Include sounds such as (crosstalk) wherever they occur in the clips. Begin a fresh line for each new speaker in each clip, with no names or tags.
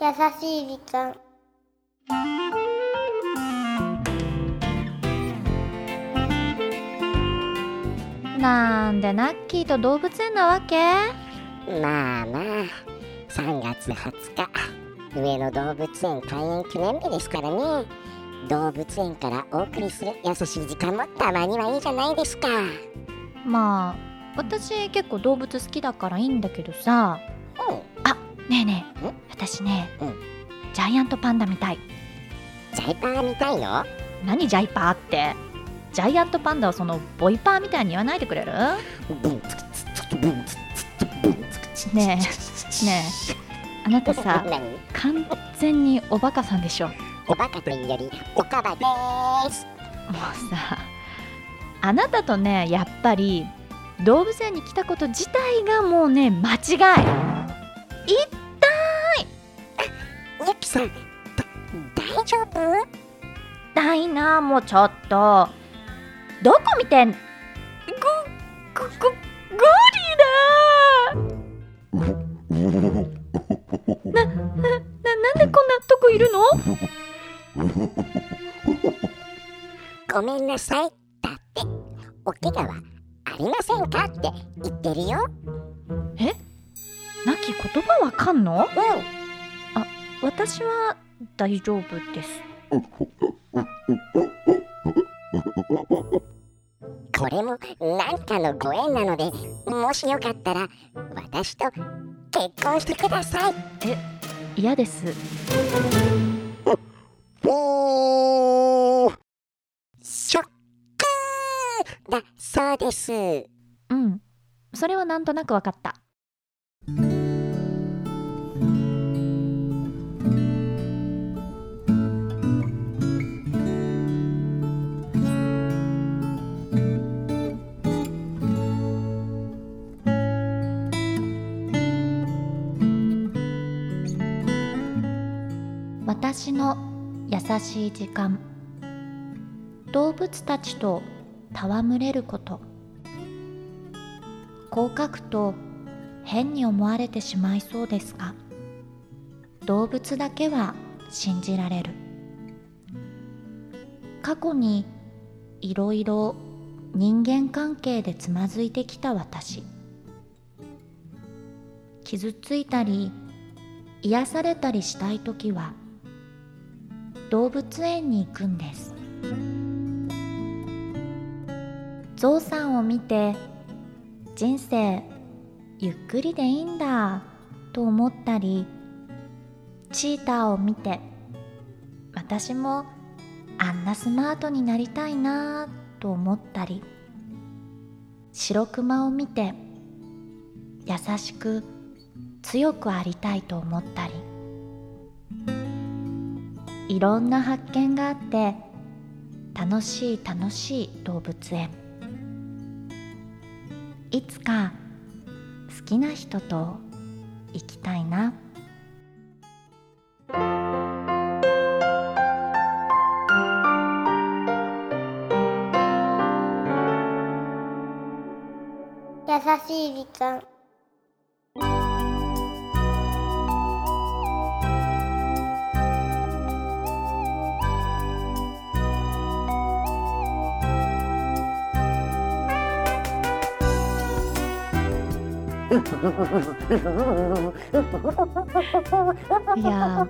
優しい時間
なんでナッキーと動物園なわけ
まあまあ3月20日上野動物園開園記念日ですからね動物園からお送りする優しい時間もたまにはいいじゃないですか
まあ私結構動物好きだからいいんだけどさねえねえ
ん
私ね、
うん
ジャイアントパンダみたい
ジャイパーみたいの
何ジャイパーってジャイアントパンダをそのボイパーみたいに言わないでくれる
ブンツクツツクブンツクツツクブンツクツツ
ねえねえあなたさ
何
完全におバカさんでしょも
おバカというよりおかばです
うさあなたとねやっぱり動物園に来たこと自体がもうね間違い
ゆきさんだ大丈夫
ないなもうちょっとどこ見てんゴゴゴゴリ (laughs) ラななんでこんなとこいるの
ごめんなさいだってお怪我はありませんかって言ってるよ
なき言葉わかんの
うん
私は大丈夫です
これも何かのご縁なのでもしよかったら私と結婚してください
嫌です
おーショックだそうです
うんそれはなんとなくわかった私の優しい時間動物たちと戯れることこう書くと変に思われてしまいそうですが動物だけは信じられる過去にいろいろ人間関係でつまずいてきた私傷ついたり癒されたりしたい時は動物園に行くんですゾウさんを見て人生ゆっくりでいいんだと思ったりチーターを見て私もあんなスマートになりたいなと思ったり白クマを見て優しく強くありたいと思ったりいろんな発見があって楽しい楽しい動物園いつか好きな人と行きたいな
優しい時間
いや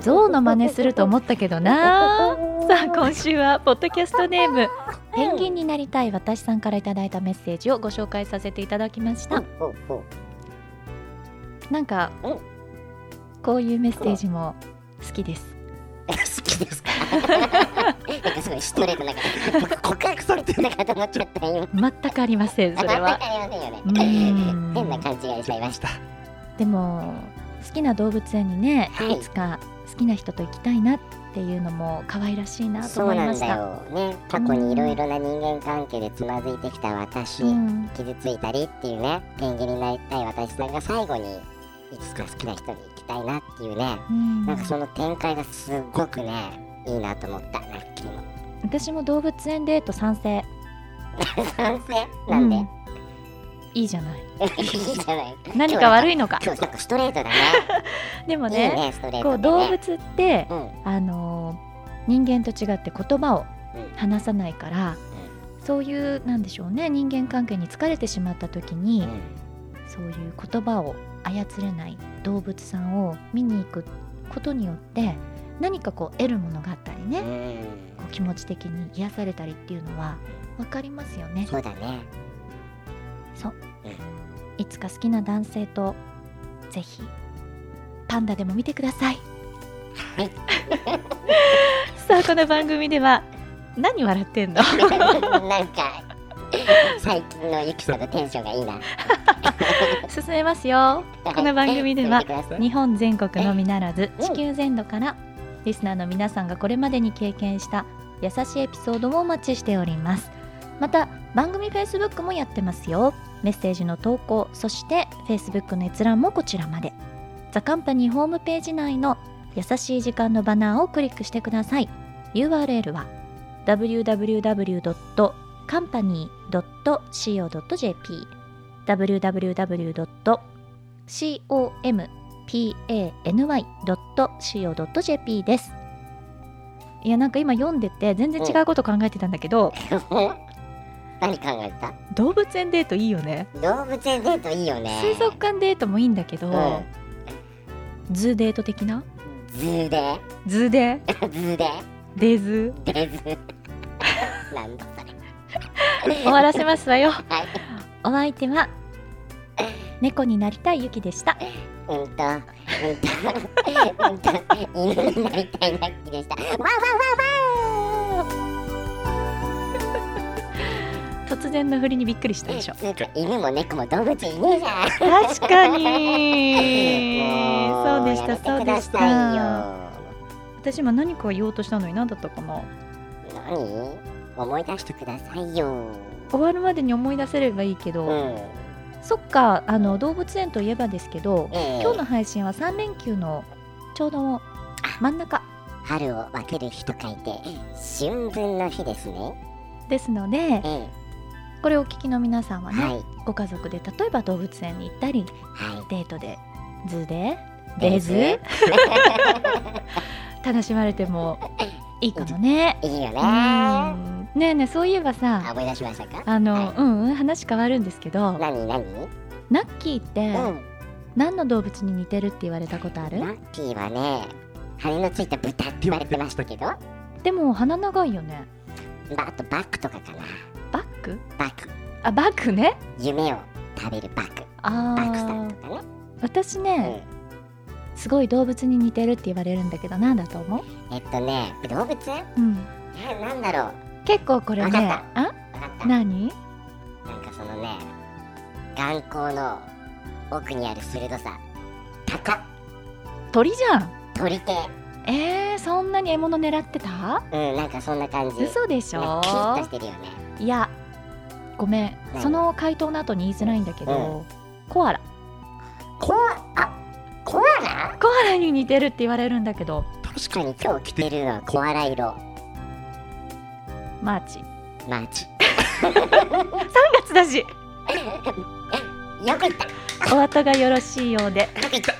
象の真似すると思ったけど
(laughs)
なさあ今週はポッドキャストネームペンギンになりたい私さんからいただいたメッセージをご紹介させていただきま
(laughs)
したなんか
うん
こういうメッセージも好きです
好きですか (laughs) なんかすごいストレートなんか僕告白されてるのかと思っちゃった今
全くありませんそれ
わ
は
かりませんよね
うーん
変な感じがしちゃいました
でも好きな動物園にね、
はい
い、つか好きな人と行きたいなっていうのも可愛らしいなと
そ
思
う
い
な
ま
ん
し
だ
た。
よね過去にいろいろな人間関係でつまずいてきた私、
うん
傷ついたりっていうねペンギンになりたい私さんが最後にいつか好きな人に行きたいなっていうね
うん
なんかその展開がすごくねいいなと思ったラッキーも
私も動物園デート賛成
賛成なんで、
うんいいじゃない
いいじゃない (laughs)
何か悪いのか
今日なんかストレートだね
でも
いい
ね
ねストレー
こ
ト
う
で
動
ね
物って
うん
あのー人間と違って言葉を
うん
話さないから、そういうなんでしょうね人間関係に疲れてしまった時に、
うん
そういう言葉を操れない動物さんを見に行くことによって何かこう得るものがあったりね、
うん
こう気持ち的に癒されたりっていうのは分かりますよね
そうだね
いつか好きな男性とぜひパンダでも見てください
はい
(laughs) さあこの番組では何笑ってんの
(laughs) なんか最近のゆきさんのテンションがいいな
(laughs) 進めますよこの番組では日本全国のみならず
うん
地球全土からリスナーの皆さんがこれまでに経験した優しいエピソードもお待ちしておりますまた番組 Facebook もやってますよメッセージの投稿そして Facebook の閲覧もこちらまでザカンパニーホームページ内の優しい時間のバナーをクリックしてください URL は www.company.co.jp www.com pany.co.jp ですいやなんか今読んでて全然違うこと考えてたんだけど、
何考えた
動物園デートいいよね
動物園デートいいよね
水族館デートもいいんだけど、
うん
ズーデート的な
ズーで (laughs)
ズーデー
ズーで
デーズ
デズーなんだそれ
ー終わらせますわよ
はい
(laughs) お相手は猫になりたいゆきでした
うんとうんとうんと犬になりたいなっきでしたわわわわ
突然の振りにびっくりしたでし
(laughs)
ょ
つうか犬も猫も動物いねえじゃん
確かにそう
も
でした
やめて
そうで
くだ
し
さいよ
た私今何か言おうとしたのに何だったかな
何思い出してくださいよ
終わるまでに思い出せればいいけど、
うん
そっかあの動物園といえばですけど、
ええ
今日の配信は3連休のちょうど真ん中
春を分ける日と書いて春分の日ですね
ですので
ええ
これをお聞きの皆さんはね、
はい
ご家族で例えば動物園に行ったり
は
デートで図で
デ
デ
ズ (laughs)
ズ楽しまれてもいいかもね。
いいいよね
う
あ
んねえねえそういえばさ
思い出しましたか
あの、
は
うんうん話変わるんですけど
何何うん
ナッキーって何の動物に似てるって言われたことある
ラッキーはね羽のついた豚って言われてましたけどま
でも鼻長いよね
ああとバックとかかな
バッグ
バック
あバッグね
夢を食べるバック
あ
バックさん
ー
とかね
私
う
ね、
ん
すごい動物に似てるって言われるんだけどなんだと思う、
えっとね動物
うん、
いやなんだろう
結構これね
わか
あ
分かった
何
なんかそのね眼光の奥にある鋭さ鷹
鳥じゃん
鳥系
えー、そんなに獲物狙ってた
うんなんかそんな感じ
嘘でし
なん
ょ
かキリッとしてるよね
いやごめん
何
その回答の後に言いづらいんだけど、コアラ
コアあコアラ
コアラに似てるって言われるんだけど
確かに今日着てるのはコアラ色
マーチ3 (laughs)
マーチ
月だし
よく言ったよ
お後がよろしいようで
く言った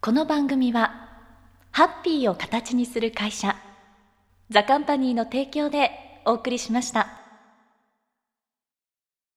この番組はハッピーを形にする会社ザカンパニーの提供でお送りしました。